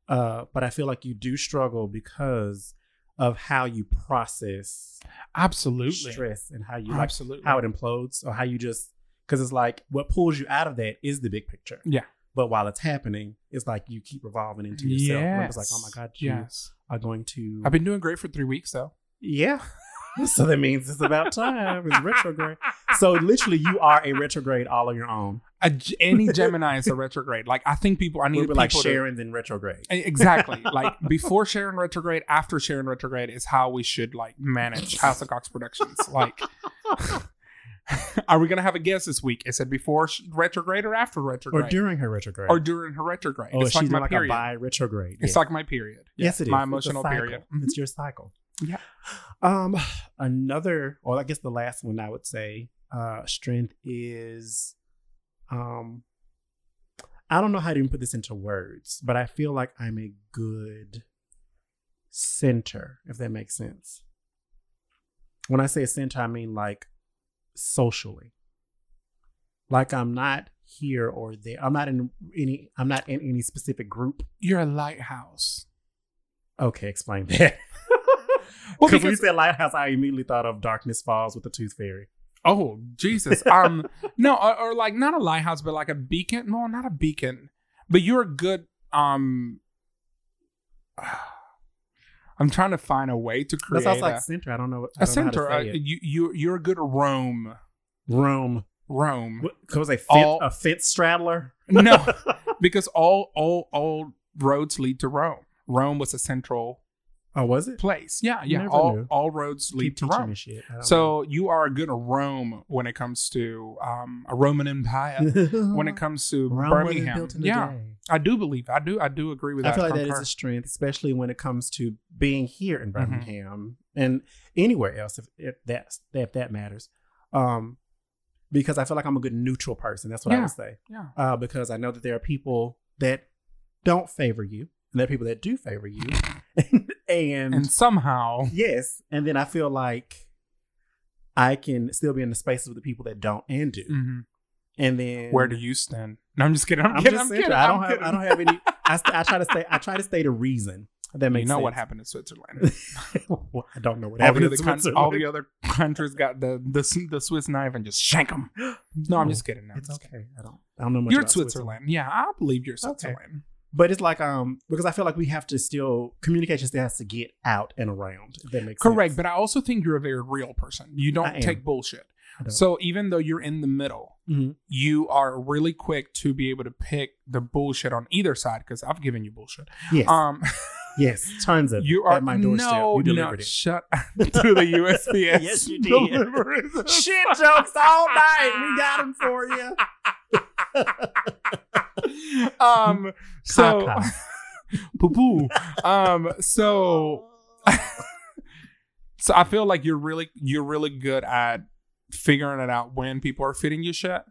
S2: Uh, but I feel like you do struggle because of how you process
S1: absolutely
S2: stress and how you like
S1: absolutely
S2: how it implodes or how you just because it's like what pulls you out of that is the big picture.
S1: Yeah.
S2: But while it's happening, it's like you keep revolving into yourself. And It's like, oh my god, you
S1: yes
S2: are going to
S1: i've been doing great for three weeks though
S2: yeah. so that means it's about time. It's retrograde. So literally, you are a retrograde all on your own.
S1: A G- any gemini is a retrograde like i think people i need
S2: We'll be
S1: people
S2: like
S1: to
S2: Sharon, then retrograde.
S1: E- Exactly. like before Sharon retrograde, after Sharon retrograde is how we should like manage House of Cox Productions. Like, are we gonna have a guest this week? Is it before sh- retrograde or after
S2: Or
S1: retrograde,
S2: during her retrograde.
S1: Or during her retrograde?
S2: oh,
S1: it's
S2: she's
S1: like my
S2: like
S1: period.
S2: a bi retrograde.
S1: It's like my period.
S2: yes, it is.
S1: My
S2: It's a
S1: emotional
S2: cycle.
S1: period. Mhm.
S2: It's your cycle.
S1: Yeah.
S2: Um, another, or I guess the last one I would say, uh, strength is, um, I don't know how to even put this into words, but I feel like I'm a good center, if that makes sense. When I say center, I mean like socially. Like I'm not here or there. I'm not in any. I'm not in any specific group.
S1: You're a lighthouse.
S2: Okay, explain that.
S1: Well,
S2: because when you
S1: because-
S2: said lighthouse, I immediately thought of Darkness Falls with the Tooth Fairy.
S1: Oh Jesus. Um, no, or, or like not a lighthouse, but like a beacon. No, not a beacon. But you're a good. Um, I'm trying to find a way to create.
S2: That sounds
S1: a-
S2: like center. I don't know. what- I
S1: a
S2: don't know how to
S1: center. Uh,
S2: say it.
S1: you you you're a good Rome.
S2: Room.
S1: Rome.
S2: What, was a fence,
S1: All-
S2: a fence straddler?
S1: no, because all all all roads lead to Rome. Rome was a central
S2: Oh, was it?
S1: place. Yeah, yeah.
S2: Never
S1: all
S2: knew.
S1: all roads lead
S2: Keep
S1: to
S2: teaching
S1: Rome.
S2: me shit. I don't
S1: So you are a good Rome when it comes to um, a Roman Empire.
S2: know.
S1: when it comes to
S2: Rome wasn't
S1: Birmingham,
S2: built in a
S1: yeah,
S2: day.
S1: I do believe. I do. I do agree with
S2: I
S1: that.
S2: feel like that is
S1: Concur.
S2: a strength, especially when it comes to being here in
S1: Mhm.
S2: Birmingham and anywhere else, if, if that's if that matters. Um, because I feel like I'm a good neutral person. That's what I
S1: Yeah.
S2: would say.
S1: Yeah.
S2: Uh, because I know that there are people that don't favor you, and there are people that do favor you, and,
S1: And somehow,
S2: yes, and then I feel like I can still be in the spaces with the people that don't and do,
S1: mhm,
S2: and then
S1: where do you stand? No, I'm just kidding. I'm,
S2: I'm
S1: kidding.
S2: just
S1: I'm
S2: saying,
S1: kidding.
S2: I don't
S1: I'm
S2: have. I
S1: kidding.
S2: don't have any. I, st- I try to stay. I try to stay to reason. If That
S1: You
S2: makes
S1: know
S2: sense.
S1: what happened in Switzerland.
S2: well, I don't know what
S1: all the,
S2: happened.
S1: other
S2: in
S1: coun-
S2: Switzerland.
S1: all the other countries got the, the S- the Swiss knife and just shank them. No, I'm
S2: No,
S1: just kidding. No, I'm
S2: Oh, it's
S1: just
S2: okay. I don't. I don't know
S1: kidding.
S2: much.
S1: You're
S2: about
S1: Switzerland. Yeah, I believe you're Switzerland.
S2: but it's like um because I feel like we have to still communication still has to get out and around. If that makes
S1: Correct,
S2: sense.
S1: but I also think you're a very real person. You
S2: I am.
S1: don't take bullshit.
S2: I don't.
S1: So even though you're in the middle,
S2: Mhm.
S1: you are really quick to be able to pick the bullshit on either side because I've given you bullshit.
S2: yes,
S1: Um,
S2: yes, tons of
S1: you
S2: it
S1: are
S2: at my doorstep.
S1: No, no,
S2: you delivered it.
S1: shut to the USPS.
S2: Yes, you did.
S1: delivery service.
S2: Shit jokes all night. We got them for you.
S1: um, so
S2: Caca.
S1: poo poo. Um, so so I feel like you're really you're really good at figuring it out when people are feeding you shit.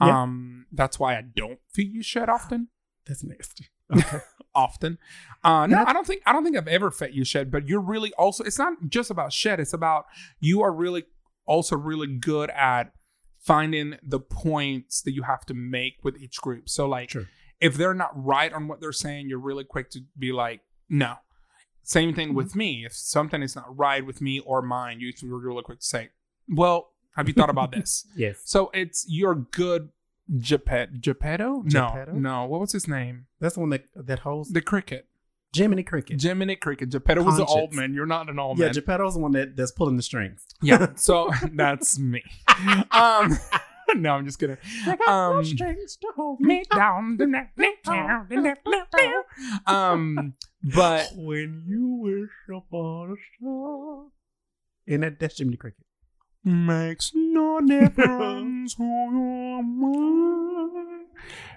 S2: Yeah.
S1: Um, that's why I don't feed you shit often.
S2: that's nasty.
S1: Often, uh, no,
S2: And I-
S1: I don't think I don't think I've ever fed you shit. But you're really also. It's not just about shit. It's about you are really also really good at finding the points that you have to make with each group. So like
S2: Sure.
S1: if they're not right on what they're saying, you're really quick to be like, no. Same thing
S2: Mm-hmm.
S1: with me. If something is not right with me or mine, you you're really quick to say, well, have you thought about this?
S2: Yes.
S1: So it's your good Geppet- Geppetto?
S2: Geppetto?
S1: No, no. What was his name?
S2: That's the one that that holds
S1: The cricket.
S2: Jiminy Cricket.
S1: Jiminy Cricket. Geppetto was an
S2: Conscience.
S1: old man. You're not an old
S2: yeah,
S1: man.
S2: Geppetto's the one that, that's pulling the strings.
S1: yeah. So that's me. Um, no, I'm just kidding.
S2: "Oh,
S1: Um,
S2: strings to hold
S1: me down the neck, neck down the neck, neck
S2: Oh,
S1: down. Um, but
S2: when you wish upon a star. And that, that's Jiminy Cricket.
S1: makes no difference who you are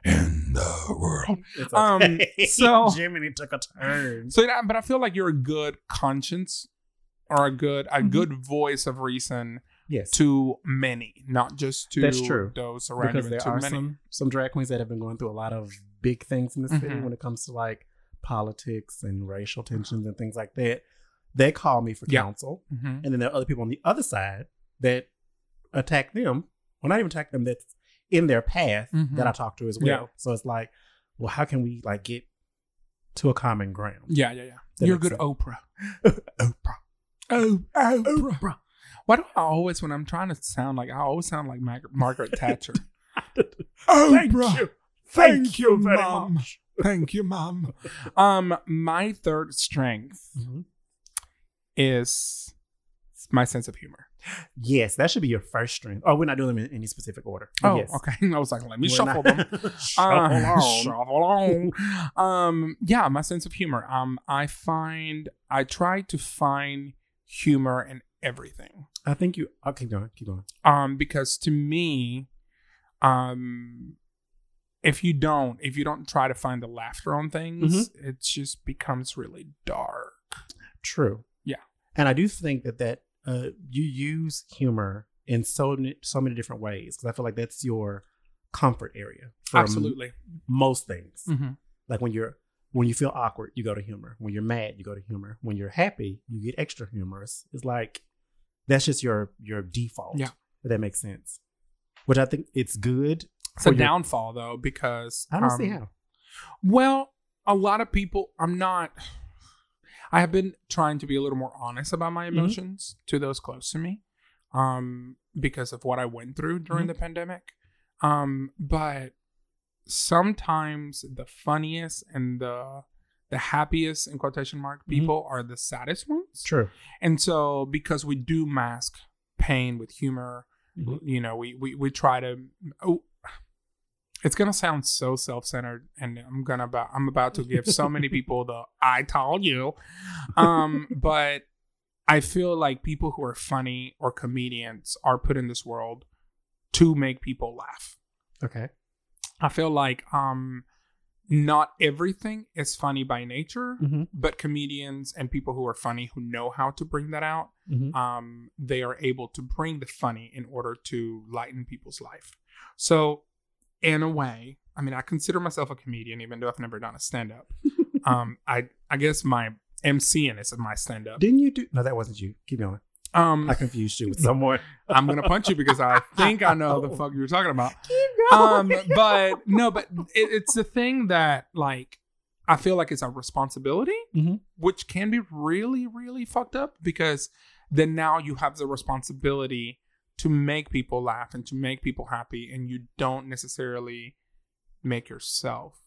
S1: in the world.
S2: It's
S1: Um, so-
S2: Jiminy took a turn.
S1: So, yeah, but I feel like you're a good conscience or a good a
S2: Mhm.
S1: good voice of reason
S2: Yes.
S1: to many, not just to
S2: That's true.
S1: those around
S2: because
S1: you.
S2: there
S1: but to
S2: are
S1: many.
S2: some some drag queens that have been going through a lot of big things in the city
S1: Mhm.
S2: when it comes to like politics and racial tensions and things like that. They call me for
S1: Yeah.
S2: counsel,
S1: Mhm.
S2: and then there are other people on the other side that attack them, or not even attack them. That's in their path
S1: Mhm.
S2: that I talk to as well.
S1: Yeah.
S2: So it's like, well, how can we like get to a common ground?
S1: Yeah, yeah, yeah.
S2: That
S1: you're
S2: makes
S1: good
S2: sense.
S1: Oprah. Oprah. Oh, Oprah. Why do I always, when I'm trying to sound like, I always sound like Mar- Margaret Thatcher.
S2: Thank you, thank,
S1: Thank
S2: you
S1: you,
S2: very
S1: Mom.
S2: much.
S1: Thank you, Mom. Um, my third strength
S2: Mhm.
S1: is my sense of humor.
S2: Yes, that should be your first string. Oh, we're not doing them in any specific order.
S1: Oh,
S2: yes.
S1: okay. I was like, let me
S2: We're
S1: shuffle
S2: not-
S1: them.
S2: shuffle
S1: Uh,
S2: on.
S1: shuffle on. um, yeah, my sense of humor. Um, I find I try to find humor in everything.
S2: I think you. I'll keep going. Keep going.
S1: um because to me um if you don't if you don't try to find the laughter on things
S2: Mm-hmm.
S1: it just becomes really dark
S2: True.
S1: Yeah.
S2: And I do think that that uh, you use humor in so many, so many different ways because I feel like that's your comfort area. from
S1: absolutely
S2: Most things.
S1: Mhm.
S2: Like when you're when you feel awkward, you go to humor. When you're mad, you go to humor. When you're happy, you get extra humorous. It's like that's just your your default.
S1: Yeah.
S2: If that makes sense. Which I think it's good.
S1: it's a
S2: for your-
S1: downfall though because
S2: I don't
S1: um,
S2: see how.
S1: well a lot of people i'm not i have been trying to be a little more honest about my
S2: Mhm.
S1: emotions to those close to me um because of what i went through during
S2: Mhm.
S1: the pandemic um but sometimes the funniest and the the happiest in quotation mark
S2: Mhm.
S1: people are the saddest ones
S2: True.
S1: and so because we do mask pain with humor
S2: Mhm.
S1: you know we we, we try to oh, it's gonna sound so self-centered and i'm gonna about i'm about to give so many people the i told you um but i feel like people who are funny or comedians are put in this world to make people laugh
S2: Okay.
S1: i feel like um not everything is funny by nature
S2: Mm-hmm.
S1: but comedians and people who are funny who know how to bring that out
S2: Mm-hmm.
S1: um, they are able to bring the funny in order to lighten people's life. So, in a way, I mean, I consider myself a comedian, even though I've never done a stand up. um, I I guess my MCing is my stand up.
S2: Didn't you do? No, that wasn't you. Keep going.
S1: Um,
S2: I confused you with someone.
S1: I'm gonna punch you because I think I know the fuck you're talking about.
S2: Keep
S1: Um, but no, but it, it's the thing that like I feel like it's a responsibility,
S2: Mhm.
S1: which can be really, really fucked up because then now you have the responsibility to make people laugh and to make people happy, and you don't necessarily make yourself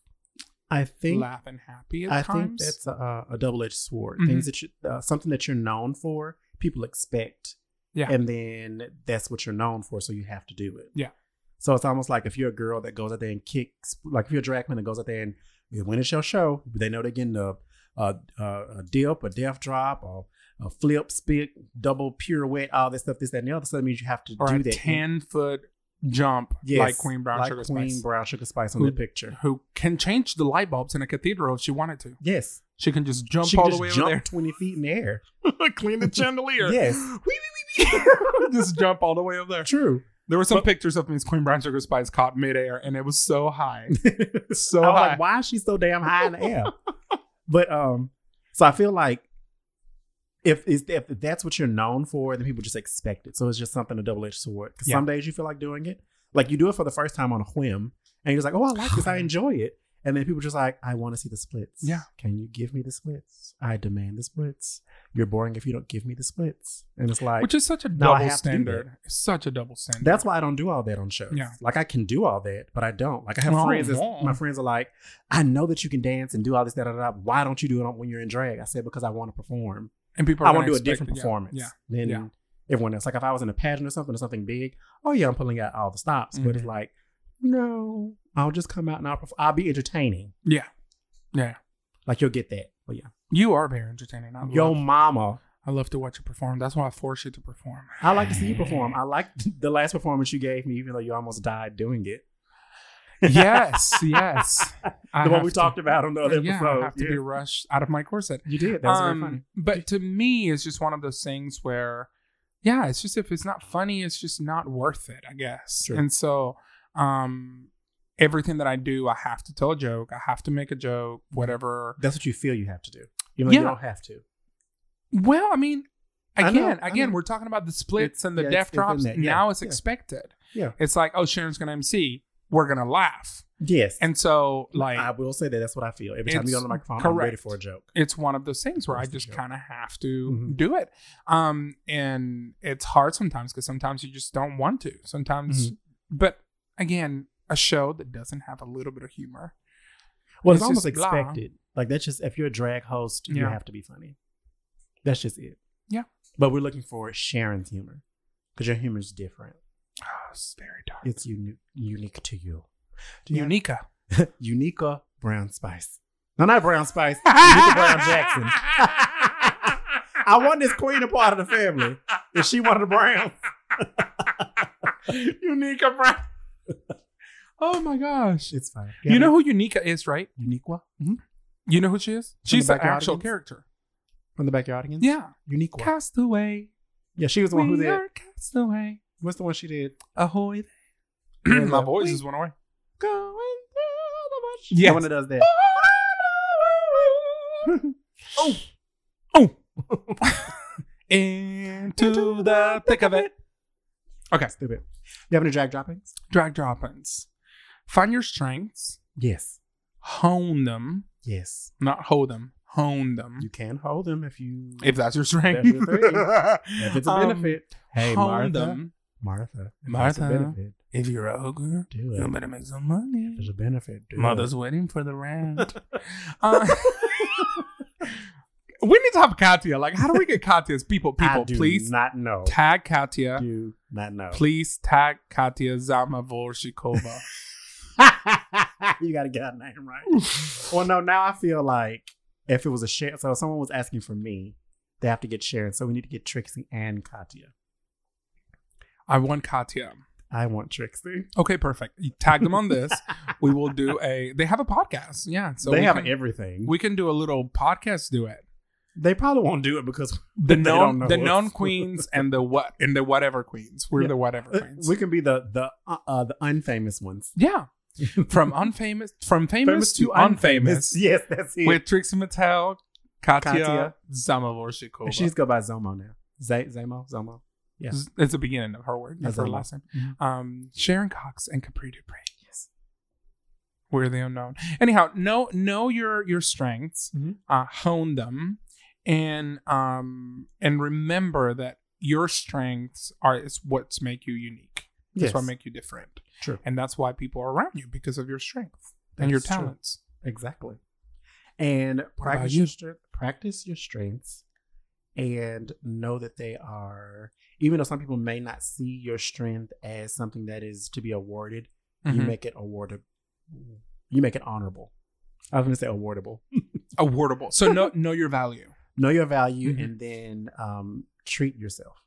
S2: I think
S1: laugh and happy at
S2: I think
S1: times.
S2: that's a, a double edged sword.
S1: Mhm.
S2: Things that you, uh, something that you're known for, people expect.
S1: Yeah.
S2: And then that's what you're known for, so you have to do it.
S1: Yeah.
S2: So it's almost like if you're a girl that goes out there and kicks, like if you're a drag queen that goes out there and you know, when it's your show, they know they're getting a a, a, a dip, a death drop, or a flip, spit, double pirouette, all that stuff, this, that, and the other. So that means you have to
S1: or
S2: do
S1: a
S2: that.
S1: ten foot jump
S2: Yes,
S1: like Queen Brown
S2: like
S1: Sugar
S2: Queen
S1: Spice,
S2: Brown Sugar Spice on
S1: Who-
S2: the picture.
S1: who can change the light bulbs in a cathedral if she wanted to.
S2: Yes.
S1: She can just jump
S2: she
S1: all
S2: can
S1: the
S2: just
S1: way
S2: jump
S1: over
S2: 20 feet in the air.
S1: there, clean the chandelier.
S2: Yes.
S1: just jump all the way up there.
S2: True.
S1: There were some
S2: But-
S1: pictures of me as Queen Brown Sugar Spice caught midair, and it was so high, so
S2: I was
S1: high.
S2: like, why is she so damn high in the air? but um, so I feel like if is if that's what you're known for, then people just expect it. So it's just something a double edged sword. 'Cause
S1: Yeah.
S2: Some days you feel like doing it, like you do it for the first time on a whim, and you're just like, "Oh, I like this, I enjoy it," and then people just like, "I want to see the splits."
S1: Yeah.
S2: can you give me the splits? I demand the splits. You're boring if you don't give me the splits, and it's like
S1: which is such a
S2: No, I
S1: double
S2: have to do
S1: standard. Such a double standard.
S2: that's why I don't do all that on shows.
S1: Yeah.
S2: Like I can do all that, but I don't. Like I have
S1: Oh,
S2: friends. that's-
S1: wow.
S2: My friends are like, I know that you can dance and do all this, da da da. da. Why don't you do it on- when you're in drag? I said because I want to perform.
S1: and people. Are
S2: I want to
S1: gonna
S2: do a
S1: expect it,
S2: different
S1: yeah,
S2: performance
S1: Yeah,
S2: than
S1: yeah.
S2: everyone else. Like if I was in a pageant or something or something big, oh yeah, I'm pulling out all the stops. But it's
S1: Mhm.
S2: like, no, I'll just come out and I'll, perf- I'll be entertaining.
S1: yeah, yeah.
S2: Like you'll get that. But yeah,
S1: You are very entertaining. I
S2: yo
S1: love,
S2: mama,
S1: I love to watch you perform. That's why I force you to perform.
S2: I like to see you perform. I like the last performance you gave me, even though you almost died doing it.
S1: yes, yes.
S2: the one we talked about on the other
S1: yeah,
S2: episode.
S1: I have to
S2: Yeah.
S1: be rushed out of my corset.
S2: You did. That was
S1: Um,
S2: very funny.
S1: But to me, it's just one of those things where, yeah, it's just if it's not funny, it's just not worth it, I guess.
S2: Sure.
S1: And so, um, everything that I do, I have to tell a joke. I have to make a joke, whatever.
S2: That's what you feel you have to do. You know,
S1: Yeah.
S2: you don't have to.
S1: Well, I mean,
S2: I know,
S1: again,
S2: I
S1: again,
S2: know.
S1: we're talking about the splits
S2: It's-
S1: and the
S2: yeah, it's-
S1: death
S2: it's in
S1: drops.
S2: that, yeah,
S1: now it's
S2: yeah.
S1: expected.
S2: Yeah.
S1: It's like, oh, Sharon's gonna MC. We're gonna laugh.
S2: Yes.
S1: And so, like,
S2: I will say that that's what I feel. Every time
S1: It's
S2: you go on the microphone, I'm ready
S1: correct.
S2: for a joke.
S1: it's one of those things where I
S2: That's the
S1: just
S2: joke.
S1: kind of have to
S2: Mhm.
S1: do it. Um, and it's hard sometimes because sometimes you just don't want to. Sometimes,
S2: Mm-hmm.
S1: but again, a show that doesn't have a little bit of humor.
S2: Well, it's,
S1: It's
S2: almost
S1: just blah.
S2: expected. Like that's just if you're a drag host, you
S1: Yeah.
S2: have to be funny. That's just it.
S1: Yeah.
S2: But we're looking for Sharon's humor because your humor is different.
S1: Oh, it's very dark.
S2: It's uni- unique to you. Do you
S1: Unica.
S2: have- Unica Brown Spice. No, not Brown Spice. Unica Brown Jackson. I want this queen a part of the family. If she wanted a brown,
S1: Unica Brown. oh my gosh.
S2: it's fine.
S1: You know who Unica is, right? Mm-hmm.
S2: Uniqua
S1: You know who she is? She's
S2: the
S1: an actual
S2: Backyardigans?
S1: character.
S2: from the backyard again.
S1: Yeah.
S2: Uniqua.
S1: Castaway.
S2: Yeah, she was the one who
S1: We
S2: did.
S1: are castaway.
S2: What's the one she did?
S1: Ahoy.
S2: Yeah,
S1: My
S2: the-
S1: voice
S2: we
S1: is one away.
S2: Going through the
S1: Yes.
S2: The one that does that.
S1: oh, oh, into the thick of it. Okay.
S2: Stupid. Do you have any drag droppings?
S1: Drag droppings. Find your strengths,
S2: Yes.
S1: hone them,
S2: Yes.
S1: not hold them, hone them.
S2: You can hold them if you.
S1: If that's your strength,
S2: That's your thing. if it's a
S1: Um,
S2: benefit. hey,
S1: hone
S2: Martha.
S1: them.
S2: Martha. If
S1: Martha.
S2: It's a benefit.
S1: If you're a ogre,
S2: Do
S1: you
S2: it.
S1: better make some money.
S2: If it's a benefit. Do
S1: Mother's waiting for the rent. Uh, we need to have Katya. Like, how do we get Katya's people?
S2: it. I
S1: People,
S2: do
S1: please
S2: Not know.
S1: tag Katya.
S2: Do not know.
S1: Please tag Katya Zamavorshikova.
S2: you gotta get her name right. well, no, now I feel like if it was a share, so if someone was asking for me, they have to get Sharon. So we need to get Trixie and Katya.
S1: I want Katya.
S2: I want Trixie.
S1: Okay, perfect. You Tag them on this. we will do a. They have a podcast. Yeah, so
S2: they
S1: we
S2: have
S1: can,
S2: everything.
S1: we can do a little podcast duet.
S2: they probably won't do it because
S1: The
S2: They
S1: known
S2: don't know
S1: the
S2: us.
S1: known queens and the what and the whatever queens. We're
S2: Yeah.
S1: the whatever
S2: uh,
S1: queens.
S2: we can be the the uh, uh, the unfamous ones.
S1: yeah, from unfamous from famous, to unfamous.
S2: Yes, that's it.
S1: With Trixie Mattel, Katya,
S2: Katya.
S1: Zamavorshikova.
S2: And she just go by Zomo now. Z- Zamo, Zomo. yeah.
S1: Z- It's the beginning of her word. That's her
S2: Zama.
S1: last name.
S2: Mm-hmm.
S1: Um, Sharon Cox and Capri Dupre. Yes. We're the unknown. Anyhow, know know your your strengths,
S2: Mhm.
S1: uh, hone them, and um and remember that your strengths are is what's make you unique. That's
S2: Yes.
S1: what make you different.
S2: True.
S1: And that's why people are around you because of your strength and your
S2: That's true.
S1: talents.
S2: Exactly. And
S1: about
S2: practice
S1: you?
S2: your strength, practice your strengths and know that they are even though some people may not see your strength as something that is to be awarded, you
S1: Mhm.
S2: make it awarded you make it honorable. I was gonna say awardable.
S1: Awardable. So know know your value.
S2: Know your value
S1: Mhm.
S2: and then um treat yourself.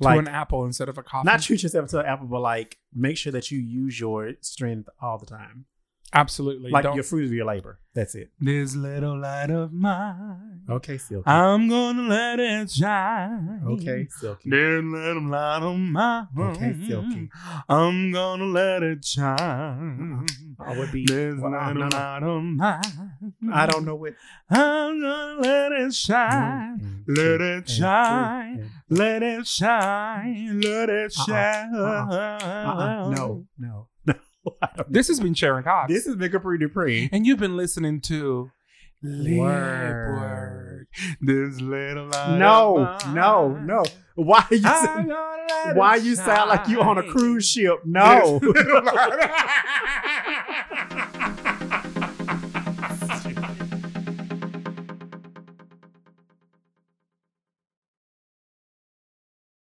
S1: to
S2: Like
S1: an apple instead of a coffee.
S2: not treat yourself to an apple, but like make sure that you use your strength all the time.
S1: Absolutely.
S2: Like
S1: Don't.
S2: your fruit of your labor. That's it.
S1: this little light of mine.
S2: Okay, Silky.
S1: I'm gonna let it shine.
S2: okay, Silky.
S1: Then let them light on my
S2: Okay, Silky.
S1: I'm gonna let it shine.
S2: I would be.
S1: There's
S2: well, I,
S1: not
S2: no,
S1: a
S2: no.
S1: light on mine.
S2: I don't know what.
S1: I'm gonna let it shine.
S2: Mm,
S1: Let it shine. Let it shine. Let it
S2: Uh-uh,
S1: shine.
S2: Uh-uh, no, no, no. I don't-
S1: This has been Sharon Cox.
S2: This is Big Capri Dupree.
S1: and you've been listening to
S2: Word.
S1: Word. This little light
S2: No,
S1: of
S2: no,
S1: mine.
S2: no. Why you?
S1: I'm
S2: sa-
S1: gonna let it
S2: Why you sound like you on a
S1: shine.
S2: cruise ship? No.
S1: This little light-